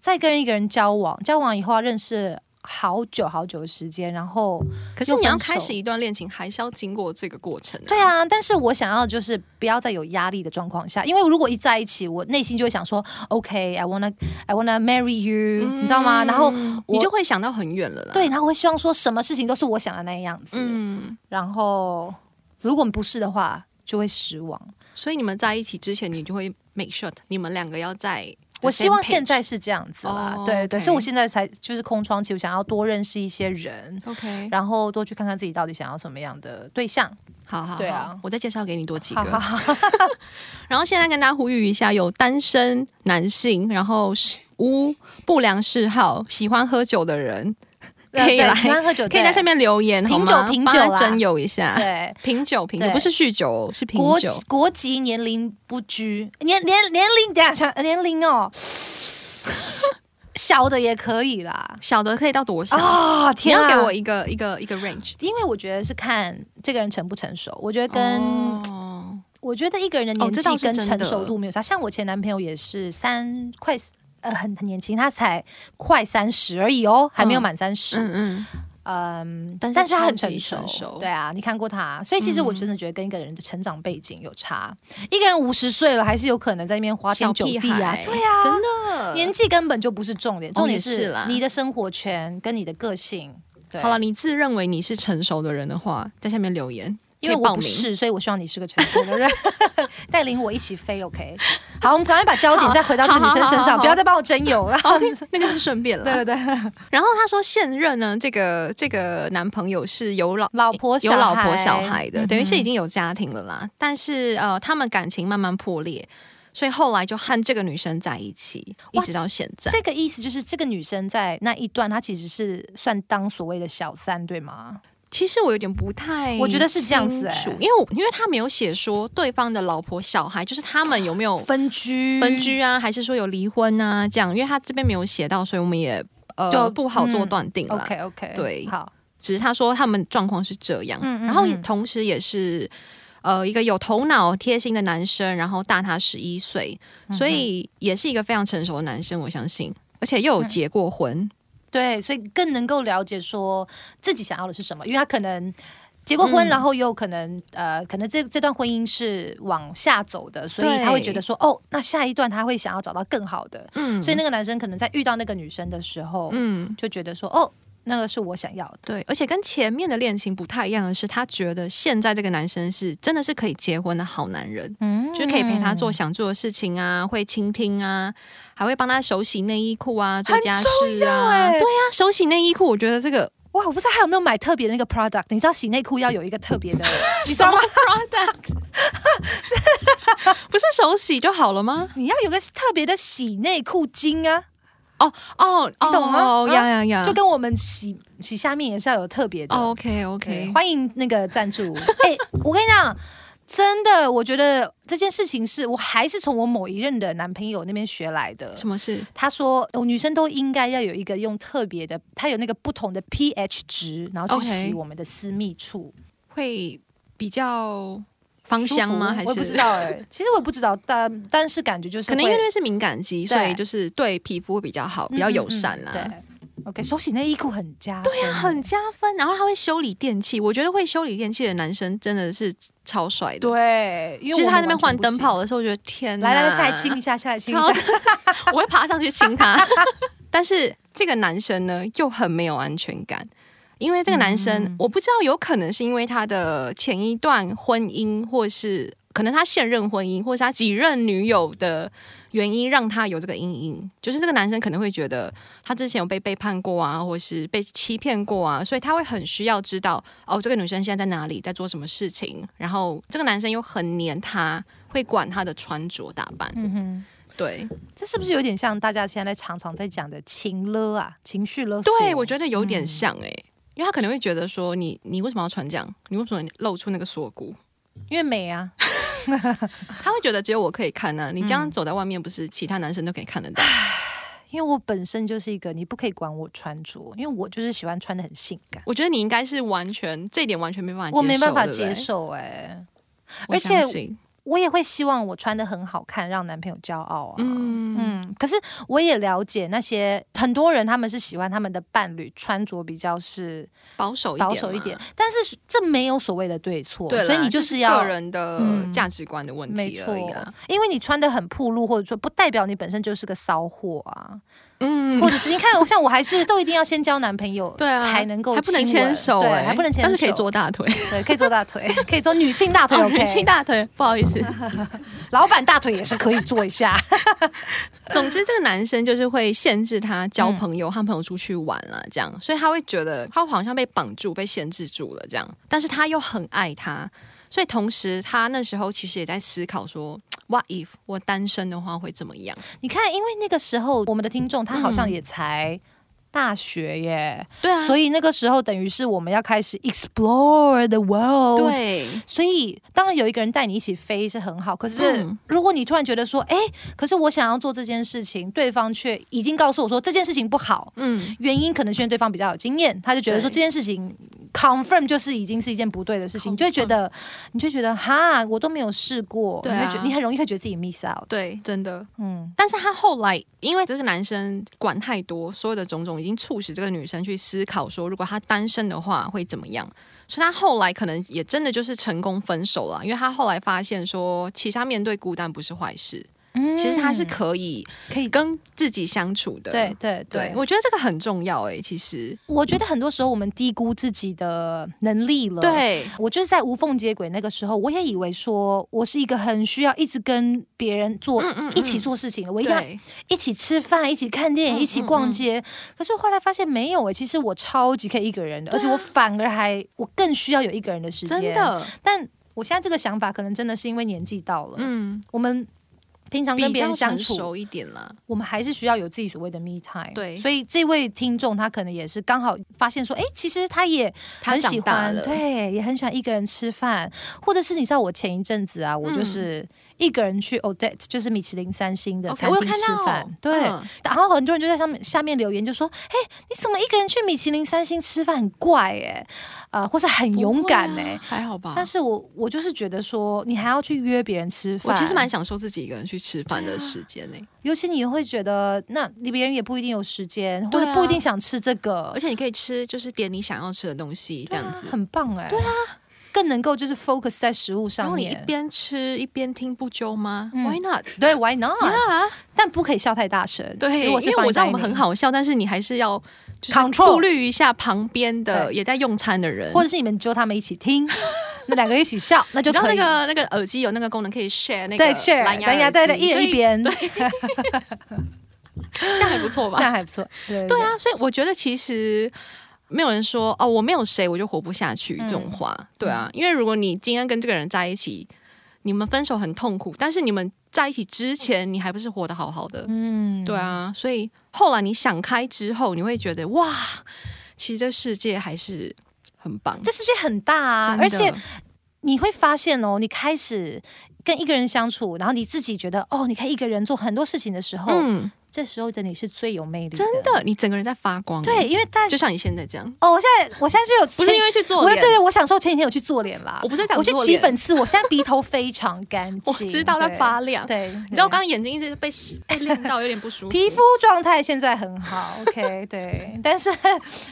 S2: 再跟一个人交往，交往以后要认识好久好久的时间，然后
S1: 可是
S2: 又
S1: 你要
S2: 分手
S1: 开始一段恋情，还是要经过这个过程、啊。
S2: 对啊，但是我想要就是不要在有压力的状况下，因为如果一在一起，我内心就会想说，OK，I、wanna I wanna marry you，、你知道吗？然后我
S1: 嗯你就会想到很远了啦。
S2: 对，，然后我会希望说什么事情都是我想的那样子，
S1: 嗯，
S2: 然后如果不是的话，就会失望。
S1: 所以你们在一起之前，你就会 make sure 你们两个要在。
S2: 我希望现在是这样子啦，
S1: 哦
S2: 对对对，
S1: ，OK
S2: 所以我现在才就是空窗期，我想要多认识一些人，
S1: OK，
S2: 然后多去看看自己到底想要什么样的对象。
S1: 好好好
S2: 对啊
S1: 我再介绍给你多几个。
S2: 好好好，
S1: 然后现在跟大家呼吁一下，有单身男性，然后是无不良嗜好、喜欢喝酒的人，
S2: 呃
S1: 可以
S2: 对
S1: 来
S2: 喜欢喝酒，
S1: 可以在下
S2: 面。
S1: 面留言，好
S2: 品
S1: 吗
S2: 酒品酒
S1: 帮他
S2: 啦
S1: 征友一下。
S2: 对，
S1: 品酒品酒
S2: 对
S1: 不是酗酒哦，是品
S2: 国
S1: 酒。
S2: 国籍、年龄不拘，年年年龄，等一下想年龄哦， 小的也可以啦。
S1: 小的可以到多少？
S2: 啊、
S1: 你
S2: 天
S1: 要
S2: 啊！
S1: 给我，一个一个一个 range，
S2: 因为我觉得是看这个人成不成熟。我觉得跟、
S1: 哦
S2: 我觉得一个人的年
S1: 哦这
S2: 纪
S1: 倒是
S2: 跟
S1: 真
S2: 成
S1: 的
S2: 熟度没有差。像我前男朋友也是三快呃很很年轻，他才快三十而已哦，还没有
S1: 嗯
S2: 满三十。
S1: 嗯嗯，
S2: 嗯，
S1: 但是
S2: 但是他很
S1: 超级
S2: 成熟，
S1: 成熟嗯
S2: 对啊，你看过他，所以其实我真的觉得跟一个人的成长背景有差。一个人五十岁了，还是有可能在那边花天
S1: 小
S2: 酒
S1: 屁
S2: 地啊
S1: 孩，，
S2: 对
S1: 啊，真的。
S2: 年纪根本就不是重点，
S1: 哦
S2: 重点
S1: 也是
S2: 是
S1: 啦
S2: 你的生活圈跟你的个性。对
S1: 好了，，你自认为你是成熟的人的话，在下面留言。
S2: 因为
S1: 可以报
S2: 我不
S1: 名
S2: 是，所以我希望你是个成功的人， 带领我一起飞，OK？好，我们赶快把焦点再回到这个女生身
S1: 好好好
S2: 上，
S1: 好
S2: 不要再帮我争友了。
S1: 哦那个是顺便了。
S2: 对对对，
S1: 然后他说现任呢，这个这个男朋友是有老
S2: 老婆嗯
S1: 有老婆小孩的，等于是已
S2: 经
S1: 经有家庭了啦。但是呃，他们感情慢慢破裂，所以后来就和这个女生在一起，一
S2: 哇
S1: 直到现在。
S2: 这个意思就是这个女生在那一段，她其实是算当所谓的小三，对吗？
S1: 其实我有点不太，
S2: 我觉得是这样子欸
S1: 因为我因为他没有写说对方的老婆小孩，就是他们有没有
S2: 分居，
S1: 分居啊，还是说有离婚啊这样，因为他这边没有写到，所以我们也呃
S2: 就
S1: 不好做
S2: 嗯
S1: 断定啦。
S2: ，OK OK，
S1: 对
S2: 好，
S1: 只是他说他们状况是这样，
S2: 嗯嗯
S1: 然后也
S2: 嗯
S1: 同时也是呃一个有头脑贴心的男生，然后大他十一岁，
S2: 嗯
S1: 所以也是一个非常成熟的男生，我相信，而且
S2: 嗯
S1: 又有结过婚，
S2: 对，所以更能够了解说自己想要的是什么，因为他可能。结过婚，
S1: 嗯
S2: 然后又可能呃，可能这这段婚姻是往下走的，所以他会觉得说，哦，那下一段他会想要找到更好的，
S1: 嗯，
S2: 所以那个男生可能在遇到那个女生的时候，
S1: 嗯。
S2: 就觉得说，哦，那个是我想要的，
S1: 对，而且跟前面的恋情不太一样的是，他觉得现在这个男生是真的是可以结婚的好男人，
S2: 嗯
S1: 就是可以陪他做想做的事情啊，会倾听啊，还会帮他手洗内衣裤啊，做
S2: 很
S1: 家事啊。
S2: 哎
S1: 对啊，手洗内衣裤，我觉得这个
S2: 哇，我不知道还有没有买特别的那个 product，你知道洗内裤要有一个特别 的， 你知
S1: 什
S2: 道
S1: 么
S2: 吗？
S1: product？不是手洗就好了吗？
S2: 你要有个特别的洗内裤巾啊，
S1: 哦，你
S2: 懂吗
S1: 哦，
S2: 啊
S1: 呀呀呀，
S2: 就跟我们洗洗下面也是要有特别的。
S1: OK
S2: 对
S1: 哦 OK，
S2: 欢迎那个赞 助。哎、我跟你讲，真的，我觉得这件事情是我还是从我某一任的男朋友那边学来的。
S1: 什么事？
S2: 他说，哦，女生都应该要有一个用特别的，它有那个不同的 pH 值，然后
S1: OK
S2: 去洗我们的私密处。
S1: 会比较芳香吗？
S2: 舒服
S1: 还
S2: 我也不知
S1: 是？
S2: 道哎、其实我也不知道，但但是感觉就是
S1: 可能因为
S2: 会
S1: 那是敏感肌，所以
S2: 对
S1: 就是对皮肤会比较好，比较友善啦。
S2: 嗯嗯嗯对，OK，手洗内衣裤很加分，对呀、
S1: 啊很加分，然后他会修理电器，我觉得会修理电器的男生真的是超帅的。
S2: 对，因为
S1: 其实
S2: 我
S1: 他
S2: 们
S1: 那边
S2: 完
S1: 换
S2: 全不
S1: 灯
S2: 行。
S1: 泡的时候，我觉得天哪，
S2: 来来来，下来亲一下，下来亲一
S1: 嗯超
S2: 下。
S1: 我会爬上去亲他。 但是这个男生呢，又很没有安全感，因为这个男生，我不知道，有可能是因为他的前一段婚姻，或是可能他现任婚姻，或是他几任女友的原因，让他有这个阴影。就是这个男生可能会觉得他之前有被背叛过啊，或是被欺骗过啊，所以他会很需要知道哦，这个女生现在在哪里，在做什么事情。然后这个男生又很黏他，会管他的穿着打扮。
S2: 嗯哼。
S1: 对，
S2: 这是不是有点像大家现在常常在讲的情勒啊，情绪勒索？
S1: 对，我觉得有
S2: 嗯
S1: 点像哎、因为他可能会觉得说你你为什么要穿这样？你为什么露出那个锁骨？
S2: 因为美啊，
S1: 他会觉得只有我可以看啊呢、你这
S2: 嗯
S1: 样走在外面，不是其他男生都可以看得到？
S2: 因为我本身就是一个你不可以管我穿着，因为我就是喜欢穿的很性感，
S1: 我觉得你应该是完全这一点完全没办法接受，
S2: 我没办法
S1: 对不对
S2: 接，受哎、
S1: 我
S2: 而且
S1: 相信
S2: 我也会希望我穿的很好看，让男朋友骄傲啊。
S1: 嗯
S2: 嗯，可是我也了解那些很多人，他们是喜欢他们的伴侣穿着比较是
S1: 保守一点，
S2: 保守一点，，但是这没有所谓的对错，
S1: 对啦，
S2: 所以你
S1: 就
S2: 就是要
S1: 个人的
S2: 嗯
S1: 价值观的问
S2: 没
S1: 题
S2: 错
S1: 而已啊啦。，
S2: 因为你穿的很暴露，或者说不代表你本身就是个骚货啊，
S1: 嗯
S2: 或。者是你看，我像我还是都一定要先交男朋友，
S1: 对啊，
S2: 才能够
S1: 还不能
S2: 亲吻
S1: 牵手、
S2: 对，
S1: 哎
S2: 还不能牵手，
S1: 但是可以做大腿，
S2: 对，可以做大腿，可以做女性 大腿
S1: 哦
S2: OK，
S1: 女性大腿，不好意思，
S2: 老板大腿也是可以做一 下，
S1: 总之，这个男生就是会限制他交朋友、和朋友出去玩啊，这样，所以他会觉得他好像被绑住、被限制住了这样。但是他又很爱他，所以同时他那时候其实也在思考说，What if 我单身的话会怎么样？
S2: 你看，因为那个时候我们的听众他好像也才。大学耶，
S1: 嗯对啊，
S2: 所
S1: 以
S2: 以那个时候等于是我们要开始 explore the world，
S1: 对，
S2: 所以，当然有一个人带你一起飞是很好。可是
S1: 嗯，
S2: 如果你突然觉得说，哎、可是我想要做这件事情，对方却已经告诉我说这件事情不好，
S1: 嗯，
S2: 原因可能是因为对方比较有经验，他就觉得说
S1: 对
S2: 这件事情 confirm 就是已经是一件不对的事情，
S1: Confirm
S2: 你就会觉得，你就会觉得哈，我都没有试过，
S1: 对啊
S2: 你会觉你很容易会觉得自己 miss out。，
S1: 对，真的。
S2: 嗯，
S1: 但是他后来因为这个男生管太多，所有的种种已经促使这个女生去思考说，如果她单身的话会怎么样。所以她后来可能也真的就是成功分手了，因为她后来发现说，其实她面对孤单不是坏事，
S2: 嗯
S1: 其实他是可以
S2: 可以
S1: 跟自己相处的。
S2: 对对
S1: 对
S2: 对，，我
S1: 我觉得这个很重要诶、其实
S2: 我觉得很多时候我们低估自己的能力了。。
S1: 对
S2: 我就是在无缝接轨那个时候，我也以为说我是一个很需要一直跟别人做、
S1: 嗯嗯嗯
S2: 一起做事情的，我一定要
S1: 对
S2: 一起吃饭、一起看电
S1: 嗯
S2: 影、一起逛街。可是我后来发现没有诶、其实我超级可以一个人的，而且我反而还我更需要有一个人的时间。
S1: 啊真，的，
S2: 但我现在这个想法可能真的是因为年纪到了，
S1: 嗯，
S2: 我们平常跟
S1: 比
S2: 别
S1: 较
S2: 人相
S1: 成
S2: 处，
S1: 熟一点啦。
S2: 我们还是需要有自己所谓的 me time。
S1: 对
S2: 所以这位听众他可能也是刚好发现说，哎，其实他也
S1: 他
S2: 很喜
S1: 长大
S2: 欢，
S1: 了
S2: 对，也很喜欢一个人吃饭，或者是你知道我前一阵子
S1: 嗯
S2: 啊，我就是一个人去 Odette，就是米其林三星的
S1: OK，
S2: 餐
S1: 我有
S2: 厅
S1: 看
S2: 吃
S1: 到，
S2: 饭，对。
S1: 嗯
S2: 然后很多人就在上面下面留言，就说：“哎、你怎么一个人去米其林三星吃饭很怪哎、呃，或是很勇敢
S1: 不
S2: 哎、
S1: 会啊还好吧？
S2: 但是我我就是觉得说，你还要去约别人吃
S1: 我
S2: 饭，
S1: 其实蛮享受自己一个人去吃饭的时间呢、
S2: 尤其你会觉得，那你别人也不一定有时间，或
S1: 对啊
S2: 者不一定想吃这个
S1: 而，且你可以吃，就是点你想要吃的东西，这样子。
S2: 很棒哎、对啊，更能够就是 focus 在食物
S1: 然
S2: 上
S1: 后你一
S2: 面。
S1: 边吃一边听不纠吗、
S2: 嗯
S1: w h y not？
S2: 对，Why not？、
S1: 啊，
S2: 但不可以笑太大声。
S1: 对，
S2: 如
S1: 因
S2: 果是
S1: 为我知道
S2: fine
S1: 我
S2: dining
S1: 们很，好笑，但是你还是要就是
S2: Control
S1: 顾虑一下旁边的
S2: 对
S1: 也在用餐的人，
S2: 或者是你们揪他们一起 听，那两个一起笑，那
S1: 你
S2: 就
S1: 知道
S2: 可
S1: 那
S2: 以。
S1: 个那个耳机有那个功能可以 share 那个
S2: 对，share
S1: 蓝牙
S2: 蓝牙，
S1: 耳
S2: 对对，
S1: 机
S2: 一人一，边， 对，
S1: 所以这样还不错
S2: 这
S1: 吧？
S2: 样还不错。对
S1: 对，啊，所以我觉得其实。没有人说哦，我没有谁我就活不下去
S2: 嗯
S1: 这种话，对啊，因为如果你今天跟这个人在一起，你们分手很痛苦，但是你们在一起之前，你还不是活得好好的，
S2: 嗯，
S1: 对啊，所以后来你想开之后，你会觉得哇，其实这世界还是很棒，
S2: 这世界很大啊，
S1: 真的
S2: 而且你会发现哦，你开始跟一个人相处，然后你自己觉得哦，你可以一个人做很多事情的时候，
S1: 嗯，
S2: 这时候的你是最有魅力哦的。
S1: 真的，你整个人在发光，欸
S2: 对，，因为大
S1: 就像你现在这样，
S2: 哦，我现在我现在就有
S1: 不是
S2: 前
S1: 因为去做
S2: 我对
S1: 脸，
S2: 对，我想说我前几天有去做脸啦
S1: 啊我，不是在讲
S2: 我去
S1: 做
S2: 挤
S1: 脸，
S2: 粉刺，我现在鼻头非常干
S1: 我
S2: 净，
S1: 知道在
S2: 对
S1: 发亮。
S2: 对，
S1: 你知道我
S2: 对
S1: 刚刚眼睛一直被洗 被淋到，有点不舒服。
S2: 皮肤状态现在很好 ，OK，对，但是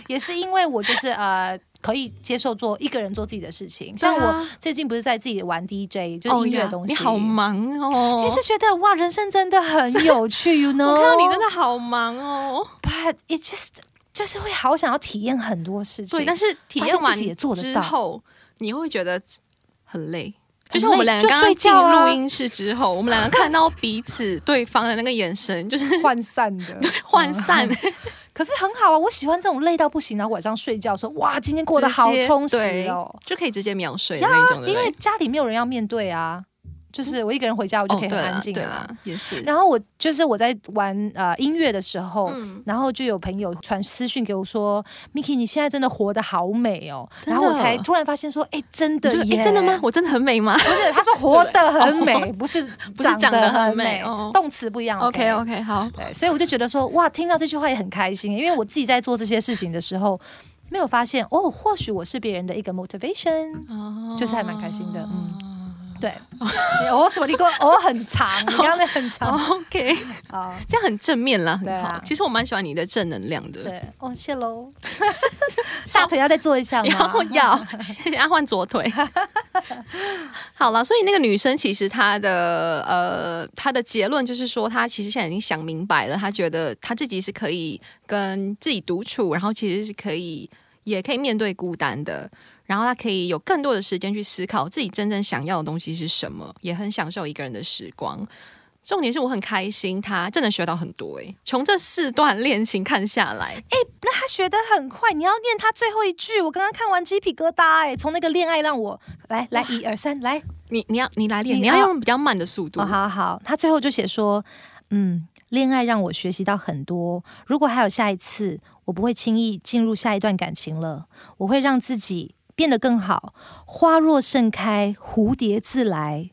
S2: 也是因为我就是呃。可以接受做一个人做自己的事情，像
S1: 对啊
S2: 我最近不是在自己玩 DJ，就
S1: 哦
S2: 是音乐
S1: 呀
S2: 的东西。
S1: 你好忙
S2: 因为
S1: 哦
S2: 就！觉得哇，人生真的很有趣，you know。
S1: 我看到你真的好忙哦。
S2: ，but it just 就是会好想要体验很多事情。
S1: 对，但是体验
S2: 发现
S1: 完
S2: 自己也做得
S1: 之
S2: 到
S1: 后，你会觉得很累。就
S2: 很
S1: 像我们
S2: 累
S1: 两个
S2: 就
S1: 刚
S2: 睡
S1: 刚进
S2: 觉啊
S1: 录音室之后，我们两个看到彼此对方的那个眼神， 就是
S2: 涣散的嗯
S1: 涣散，
S2: 可是很好啊，我喜欢这种累到不行，然啊后晚上睡觉的时候，哇，今天 过得
S1: 直
S2: 好
S1: 接
S2: 充实
S1: 对
S2: 哦，
S1: 就可以直接秒睡的那种，对
S2: 因
S1: 不对
S2: 为家里没有人要面对啊，就是我一个人回家，我就
S1: 哦，
S2: 可以
S1: 对
S2: 很安
S1: 啦，
S2: 静
S1: 对
S2: 啊。
S1: 啦，也是。
S2: 然后我就是我在玩呃音乐的时候。
S1: 嗯，
S2: 然后就有朋友传私讯给我说：“Miki，你现在真的活得好美哦。”
S1: 真
S2: 然
S1: 的
S2: 后我才突然发现说：“哎、真的
S1: 你就
S2: 耶、
S1: 诶真的吗？我真的很美吗
S2: 不是，他说活得很 美，不是
S1: 不是长
S2: 得
S1: 得
S2: 很
S1: 很美哦
S2: 动词不一样。
S1: ？OK OK，好，
S2: 对，所以我就觉得说，哇，听到这句话也很开心，因为我自己在做这些事情的时候，没有发现哦，或许我是别人的一个 motivation，
S1: 哦
S2: 就是还蛮开心的嗯对，我什么你给我哦很长，你刚才很长啊、
S1: 哦 OK，这样很正面啦，很
S2: 对
S1: 好。
S2: 啊
S1: 其实我蛮喜欢你的正能量的。
S2: 对，哦谢喽， 大腿要再做一 下
S1: 然
S2: 吗
S1: 后？要要 换左腿，好了，所以那个女生其实她的呃她的结论就是说，她其实现在已经想明白了，她觉得她自己是可以跟自己独处，然后其实是可以也可以面对孤单的，然后她可以有更多的时间去思考自己真正想要的东西是什么，也很享受一个人的时光。重点是我很开心，她真的学到很多诶、从这四段 恋情看下来，
S2: 那他学得很快，你要念他最后一句，我刚刚看完鸡皮疙瘩哎、从那个恋爱让我来来一二三来。
S1: 你你要你来练，
S2: 你
S1: 你要用比较慢的速度
S2: 哦，。好好，他最后就写说，嗯，恋爱让我学习到很多。如果还有下一次，我不会轻易进入下一段感情了，我会让自己变得更好。花若盛开，蝴蝶自来。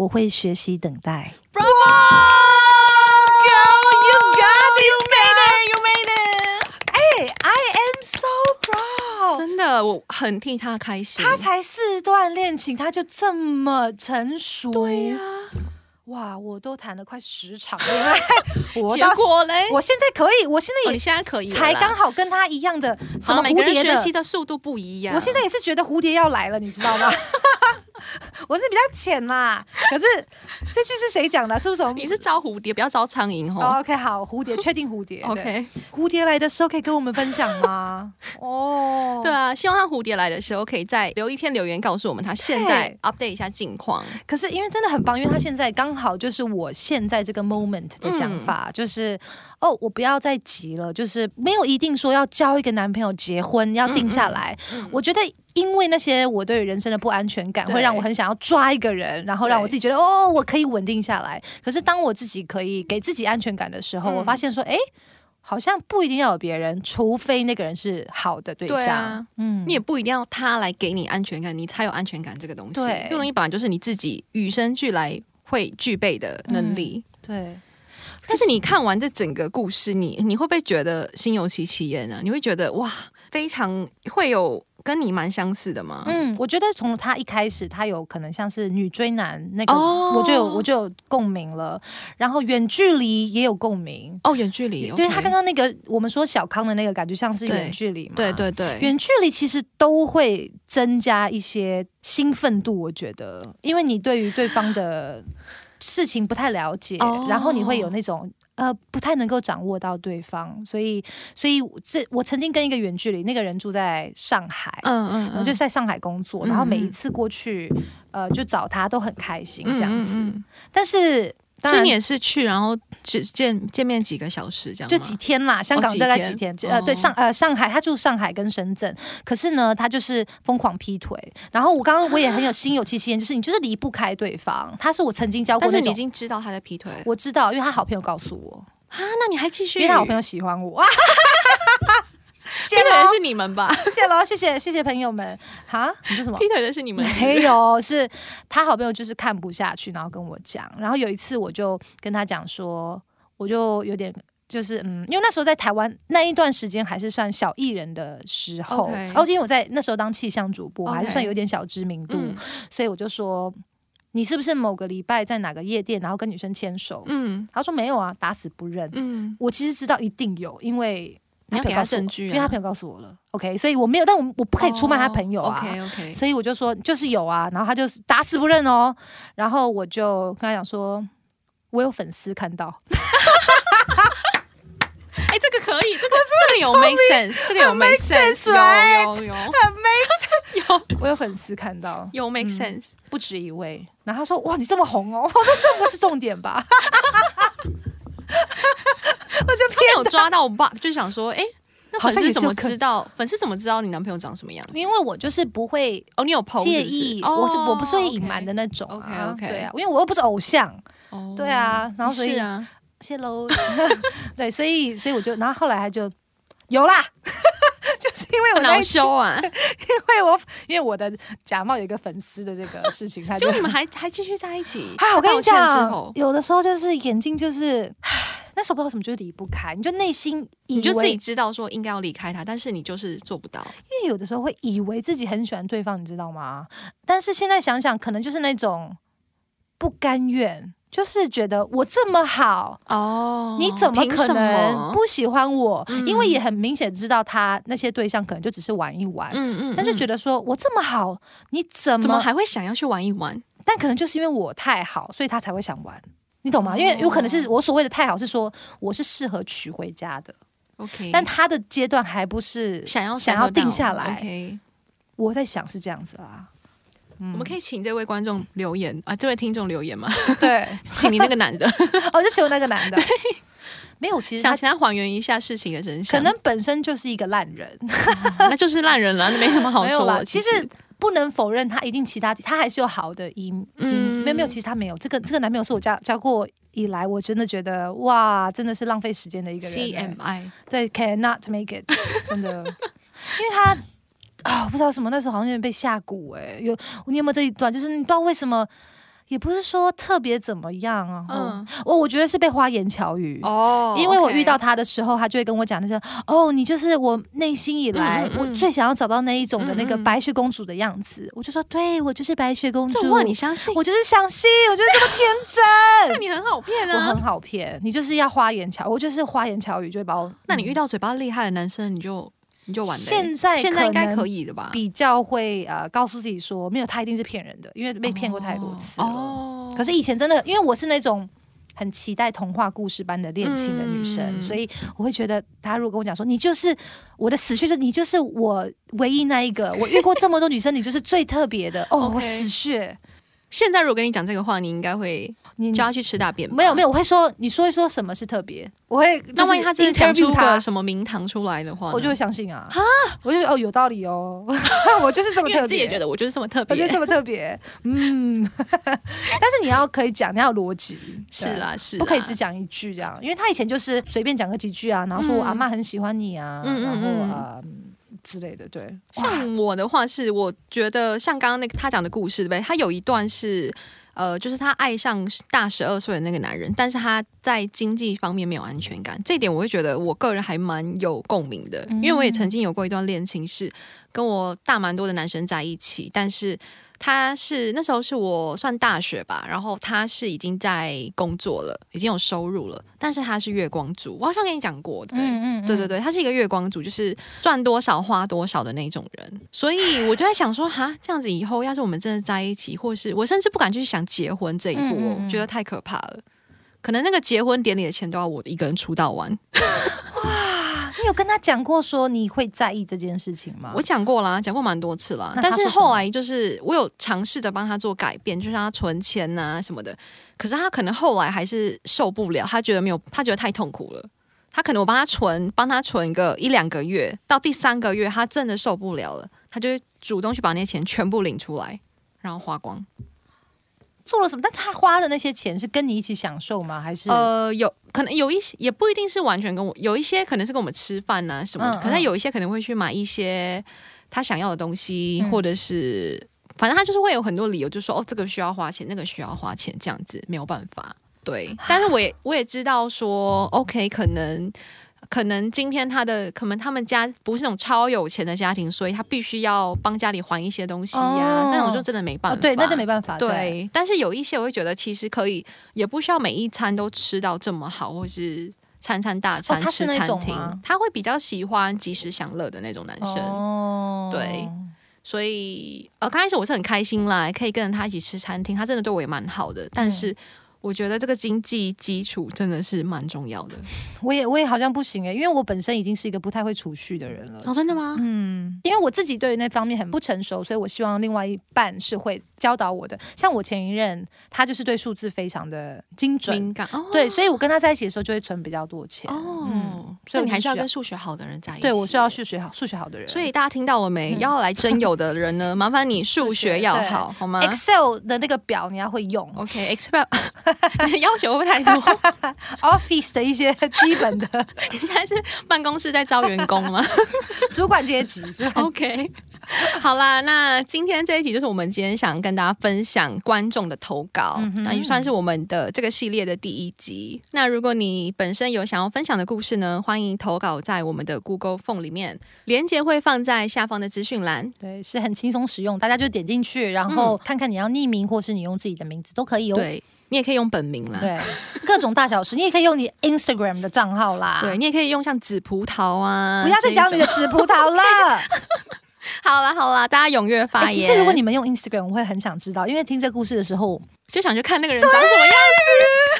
S2: 我会学习等待。
S1: Bravo! Girl, you got this, baby! You made it!
S2: 哎、i am so proud。
S1: 真的，我很替他开心。
S2: 哦他才四段恋情，他就这么成熟。对
S1: 啊
S2: 呀、哇，我都谈了快十场恋爱， 我
S1: 结
S2: 到
S1: 果嘞，
S2: 我现在可以，我现在
S1: 哦
S2: 也
S1: 你现在可以了啦
S2: 才刚好跟他一样的什
S1: 好了
S2: 么
S1: 每个人
S2: 蝴蝶
S1: 学习
S2: 的。
S1: 的速度不一样。
S2: 我现在也是觉得蝴蝶要来了，你知道吗？ 我是比较浅啦。可是这句是谁讲的啊？是不是我们
S1: 你是招蝴蝶，不要招苍蝇
S2: 哦
S1: 哦。
S2: ？OK，好，蝴蝶，确定蝴蝶。对
S1: OK，
S2: 蝴蝶来的时候可以跟我们分享吗？哦，
S1: 对啊，希望他蝴蝶来的时候可以再留一篇留言告诉我们他现在 update 一下近况。
S2: 可是因为真的很棒，因为他现在刚好就是我现在这
S1: 嗯
S2: 个 moment 的想法，就是哦，我不要再急了，就是没有一定说要交一个男朋友、结婚、要定下来。我觉得，因为那些我对于人生的不安全感，
S1: 嗯对
S2: 会让我很想要抓一个人，然后让我
S1: 对
S2: 自己觉得哦，我可以稳定下来。可是当我自己可以给自己安全感的时候，
S1: 嗯
S2: 我发现说，哎。好像不一定要有别人，除非那个人是好的对象。
S1: 对啊
S2: 嗯
S1: 你也不一定要他来给你安全感，你才有安全感这个东西。
S2: 对
S1: 这个东西本来就是你自己与生俱来会具备的能力。
S2: 对，
S1: 但是你看完这整个故事，你你会不会觉得心有戚戚焉呢？你会觉得哇，非常会有跟你蛮相似的吗？
S2: 嗯，我觉得从他一开始，他有可能像是女追男那个，
S1: 哦
S2: 我就有我就有共鸣了。然后远距离也有共鸣，
S1: 哦，远距离，
S2: 对
S1: OK
S2: 他刚刚那个我们说小康的那个感觉像是
S1: 对
S2: 远距离嘛，
S1: 对。对对，
S2: 远距离其实都会增加一些兴奋度，我觉得，因为你对于对方的事情不太了解，
S1: 哦
S2: 然后你会有那种呃不太能够掌握到对方，所以，所以这我曾经跟一个远距离，那个人住在上海，
S1: 嗯嗯
S2: 我就是在上海工作，
S1: 嗯
S2: 然后每一次过去，呃，就找他都很开心这样子。
S1: 嗯嗯嗯
S2: 但是当
S1: 所以
S2: 然
S1: 你也是去，然后只见见面几个小时这样吗，
S2: 就几天啦，香港
S1: 几
S2: 大概
S1: 天
S2: 几天，
S1: 哦
S2: 呃，对上呃上海，他住上海跟深圳，可是呢，他就是疯狂劈腿。然后我刚刚我也很有心有戚戚焉，就是你就是离不开对方。他是我曾经交过
S1: 但是
S2: 那
S1: 你已
S2: 种，啊
S1: 经知道他在劈腿
S2: 我知道，因为他好朋友告诉我，
S1: 啊？那你还继续？
S2: 因为他好朋友喜 欢我。谢
S1: 劈腿的
S2: 喽，
S1: 是你们吧？
S2: 谢喽，谢谢谢谢朋友们。哈，你说什么？
S1: 劈腿的是你们，
S2: 没有，是他好朋友就是看不下去，然后跟我讲。然后有一次我就跟他讲说，我就有点就是嗯，因为那时候在台湾那一段时间还是算小艺人的时候，哦
S1: OK
S2: 然后因为我在那时候当气象主播
S1: OK
S2: 还是算有点小知名度，
S1: 嗯
S2: 所以我就说嗯你是不是某个礼拜在哪个夜店，然后跟女生牵手？
S1: 嗯
S2: 他说没有啊，打死不认。
S1: 嗯，
S2: 我其实知道一定有，因为
S1: 你要
S2: 朋
S1: 给
S2: 友
S1: 他
S2: 告诉我
S1: 证据啊
S2: 因为他朋友告诉我了。OK，所以我没有，但我我不可以出卖
S1: 哦
S2: 他朋友啊。
S1: OK OK，
S2: 所以我就说就是有啊，然后他就是打死不认哦，然后我就跟他讲说，我有粉丝看到，
S1: 哎，这个可以，这个这个有 make sense，这个有 make sense，
S2: right？
S1: 有有有
S2: 我有粉丝看到，
S1: 有 make sense，
S2: 不止一位。然后他说哇，你这么红哦，我 说这不是重点吧？我就
S1: 他没有抓到我爸，就想说，哎，那
S2: 好
S1: 粉
S2: 像也
S1: 丝
S2: 是
S1: 怎
S2: 有
S1: 么
S2: 可能
S1: 知道？粉丝怎么知道你男朋友长什么样子？
S2: 因为我就是不会
S1: 哦，你有 PO
S2: 介
S1: 是不是
S2: 意，
S1: 哦
S2: 我是我不是会隐瞒的那种、啊。
S1: OK，OK，OK
S2: 对啊，因为我又不是偶像，
S1: 哦
S2: 对啊，然后所以
S1: 是啊，
S2: 谢喽。 对，所以所以我就，然后后来他就有啦， 就是因为我那
S1: 恼
S2: 一
S1: 羞 啊，
S2: 因为我因为我的假冒有一个粉丝的这个事情，他就，
S1: 就你们还还继续在一起
S2: 啊，我跟你
S1: 道歉之
S2: 讲
S1: 后，
S2: 有的时候就是眼睛就是，唉那时候不知道为什么就是离不开，你就内心以
S1: 你就自
S2: 为，
S1: 己知道说应该要离开他，但是你就是做不到。
S2: 因为有的时候会以为自己很喜欢对方，你知道吗？但是现在想想，可能就是那种不甘愿，就是觉得我这么好。
S1: 哦
S2: 你怎么
S1: 凭
S2: 可
S1: 什
S2: 能
S1: 么？
S2: 不喜欢我？
S1: 嗯
S2: 因为也很明显知道他那些对象可能就只是玩一玩，
S1: 嗯嗯
S2: 但就觉
S1: 得
S2: 得说我这么好，你怎
S1: 怎么
S2: 么
S1: 还会想要去玩一玩？
S2: 但可能就是因为我太好，所以他才会想玩，你懂吗？
S1: 哦
S2: 因为有可能是我所谓的太好，是说我是适合娶回家的，
S1: OK，
S2: 但他的阶段还不是
S1: 嗯想要
S2: 想要定下来。
S1: OK，
S2: 我在想是这样子啦，嗯
S1: 我们可以请这位观众留言啊，这位听众留言 吗？
S2: 以对，
S1: 请你那个男的，
S2: 哦，就只有那个男的，没有，其实
S1: 想
S2: 他
S1: 请他还原一下事情的真相。
S2: 可能本身就是一个烂人，
S1: 那就是烂人了，那没什么好
S2: 没有
S1: 说
S2: 啦，
S1: 的。
S2: 其实。不能否认他一定其他，他还是有好的一嗯，
S1: 嗯
S2: 没有没有，其实他没有这个这个男朋友是我交交过以来，我真的觉得哇，真的是浪费时间的一个人欸、
S1: CMI
S2: 对，cannot make it，真的，因为他啊、我不知道什么，那时候好像有点被下蛊哎、有你有没有这一段？就是你不知道为什么，也不是说特别怎么样啊，嗯，
S1: 嗯
S2: 我我觉得是被花言巧语。
S1: 哦
S2: 因为我
S1: OK
S2: 遇到他的时候，他就会跟我讲那些哦，你就是我内心以来
S1: 嗯嗯嗯
S2: 我最想要找到那一种的那个
S1: 嗯嗯嗯
S2: 白雪公主的样子，我就说对我就是白雪公主
S1: 这，种话，你相信？
S2: 我就是相信，我就是这么天真。
S1: 那你很好骗
S2: 我
S1: 啊
S2: 很。好骗，你就是要花言巧，我就是花言巧语就会把我。
S1: 那你遇到嘴巴厉害的男生，你就你就完了欸。
S2: 嗯现在
S1: 现在应该
S2: 能
S1: 可以的吧？
S2: 比较会呃告诉自己说，没有他一定是骗人的，因为被骗过太多次了。
S1: 哦，
S2: 可
S1: 是
S2: 是以前真的，因为我是那种很期待童话故事般的恋情的女生，
S1: 嗯
S2: 所以我会觉得他如果跟我讲说，你就是我的死穴，就是你就是我唯一那一 个，我遇过这么多女生，你就是最特别的哦
S1: OK
S2: 我死穴，
S1: 现在如果跟你讲这个话，你应该会
S2: 你
S1: 叫他去吃大便吧。
S2: 嗯没有没
S1: 有。
S2: 有，我会说你说一说什么是特别，我会就
S1: 那
S2: 是
S1: 万一他真的讲
S2: interview
S1: 出
S2: 他
S1: 个。什么名堂出来的话呢，
S2: 我就会相信啊，啊，我就哦有道理哦， 我就是这么
S1: 因为
S2: 特
S1: 自己
S2: 别，
S1: 也觉得我就是这么特
S2: 我觉
S1: 别
S2: 得。这么特别，嗯， 但是你要可以讲，你要有逻辑，
S1: 是
S2: 对啊
S1: 啦，是啦
S2: 不可以只讲一句这样，因为他以前就是随便讲个几句啊，然后说
S1: 嗯
S2: 我阿妈很喜欢你啊，
S1: 嗯嗯
S2: 然后
S1: 嗯
S2: 啊、呃嗯之类的，对，
S1: 像我的话是，我觉得像刚刚那个他讲的故事对不对？他有一段是，呃，就是他爱上大十二岁的那个男人，但是他在经济方面没有安全感，这一点我会觉得我个人还蛮有共鸣的，因为我也曾经有过一段恋情是跟我大蛮多的男生在一起，但是。他是那时候是我算大学吧，然后他是已经在工作了，已经有收入了，但是他是月光族，我好像跟你讲过，对不对
S2: 嗯
S1: 对对，对，他是一个月光族，就是赚多少花多少的那种人，所以我就在想说，哈，这样子以后要是我们真的在一起，或是我甚至不敢去想结婚这一步、哦，
S2: 嗯嗯嗯
S1: 觉得太可怕了。可能那个结婚典礼的钱都要我一个人出到完。
S2: 你有跟他讲过说你会在意这件事情吗？
S1: 我讲过啦，讲过蛮多次啦
S2: 那，他
S1: 但
S2: 说
S1: 是
S2: 什么
S1: 后来就是我有尝试着帮他做改变，就是让他存钱呐、什么的。可是他可能后来还是受不了，他觉得没有，他觉得太痛苦了。他可能我帮他存，帮他存个一两个月，到第三个月他真的受不了了，他就会主动去把那些钱全部领出来，然后花光。
S2: 做了什么？但他花的那些钱是跟你一起享受吗？还是、
S1: 呃，有可能有一些也不一定是完全跟我，有一些可能是跟我们吃饭呐、什么的，
S2: 嗯
S1: 可是他
S2: 嗯
S1: 有一些可能会去买一些他想要的东西，
S2: 嗯
S1: 或者是反正他就是会有很多理由，就说哦这个需要花钱，那个需要花钱，这样子没有办法。对，
S2: 啊
S1: 但是我也我也知道说，OK，可能可能今天他的可能他们家不是那种超有钱的家庭，所以他必须要帮家里还一些东西呀、
S2: 哦
S1: 那种就真的没办
S2: 哦
S1: 法，
S2: 对，那就没办法，对，
S1: 啊对，但是有一些我会觉得其实可以，也不需要每一餐都吃到这么好，或是餐餐大餐、
S2: 哦他是
S1: 吃
S2: 那
S1: 餐
S2: 种
S1: 厅
S2: 吗。
S1: 他会比较喜欢及时享乐的那种男生，
S2: 哦
S1: 对所以呃，刚开始我是很开心啦，可以跟着他一起吃餐厅，他真的对我也蛮好的。但是我觉得这个经济基础真的是蛮重要的。
S2: 我也我也好像不行哎、因为我本身已经是一个不太会储蓄的人了。
S1: 哦，真的吗？
S2: 嗯，因为我自己对于那方面很不成熟，所以我希望另外一半是会教导我的。像我前一任，他就是对数字非常的精准，
S1: 敏感哦，
S2: 对，所以我跟他在一起的时候就会存比较多钱。
S1: 哦，
S2: 嗯
S1: 所
S2: 所以
S1: 以
S2: 我
S1: 你还
S2: 就是
S1: 要
S2: 需要
S1: 跟数学好的人在一起。
S2: 对，我是要数学好、数学好的人。
S1: 所以大家听到了没？要来真有的人呢，麻烦你 数学要
S2: 对
S1: 好，好吗
S2: Excel 的那个表你要会用哦
S1: OK，expect、要求会不会太 多？
S2: ，Office 的一 些基本的
S1: 你现在是办公室在招员工 吗
S2: 主管阶级是吧？
S1: ？OK，好啦，那今天这一集就是我们今天想跟大家分享观众的投稿，
S2: 嗯哼
S1: 那也算是我们的这个系列的第一集。那如果你本身有想要分享的故事呢，欢迎投稿在我们的 Google Phone 里面，连接会放在下方的资讯栏。
S2: 对，是很轻松实用，大家就点进去，然后看看你要匿名或是你用自己的名字都可以哦。
S1: 对你也可以用本名啦。
S2: 对，各种大小事，你也可以用你 Instagram 的账号啦。
S1: 啊对，你也可以用像紫葡萄啊，
S2: 不要再讲你
S1: 这一种。
S2: 的紫葡萄 了。
S1: 好啦好啦，大家踊跃发言。
S2: 哎其实如果你们用 Instagram，我会很想知道，因为听这故事的 时候，
S1: 就想去看那个人长什么样。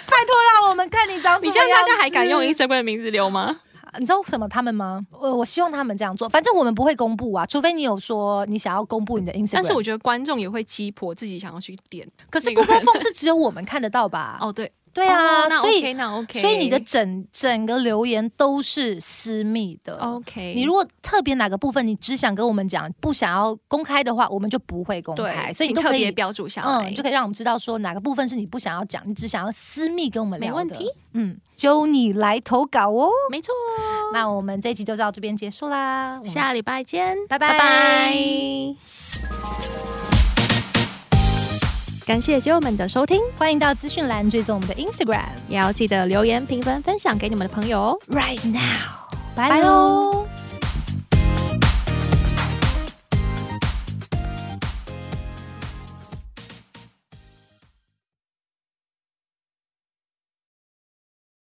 S2: 拜托让我们看你长
S1: 你这样大家还敢用
S2: 子
S1: Instagram 的名字留吗？
S2: 你知道什么他们吗？呃，我希望他们这样做，反正我们不会公布啊，除非你有说你想要公布你的 Instagram。
S1: 嗯但是我觉得观众也会鸡婆自己想要去点。
S2: 可是
S1: 每个
S2: Google
S1: 人
S2: Form 是只有我们看得到吧？
S1: 哦，对，
S2: 对啊，
S1: 哦那
S2: 所以、
S1: OK，那 OK，
S2: 所以你的整整个留言都是私密的。
S1: OK，
S2: 你如果特别哪个部分你只想跟我们讲，不想要公开的话，我们就不会公开，
S1: 对，
S2: 所以你
S1: 请
S2: 都
S1: 特
S2: 可
S1: 别
S2: 以
S1: 标注下来，
S2: 嗯，就可以让我们知道说哪个部分是你不想要讲，你只想要私密跟我们聊
S1: 没
S2: 的。
S1: 问题，
S2: 嗯，就你来投稿哦。
S1: 没错。
S2: 那我们这一集就到这边结束啦，我们
S1: 下礼拜见，
S2: 拜嗯拜
S1: 拜拜。感谢酒友们的收听，
S2: 欢迎到资讯栏追踪我们的 Instagram
S1: 也要记得留言、评分、分享给你们的朋友哦。
S2: right now，
S1: 拜
S2: 拜喽。
S1: 喽。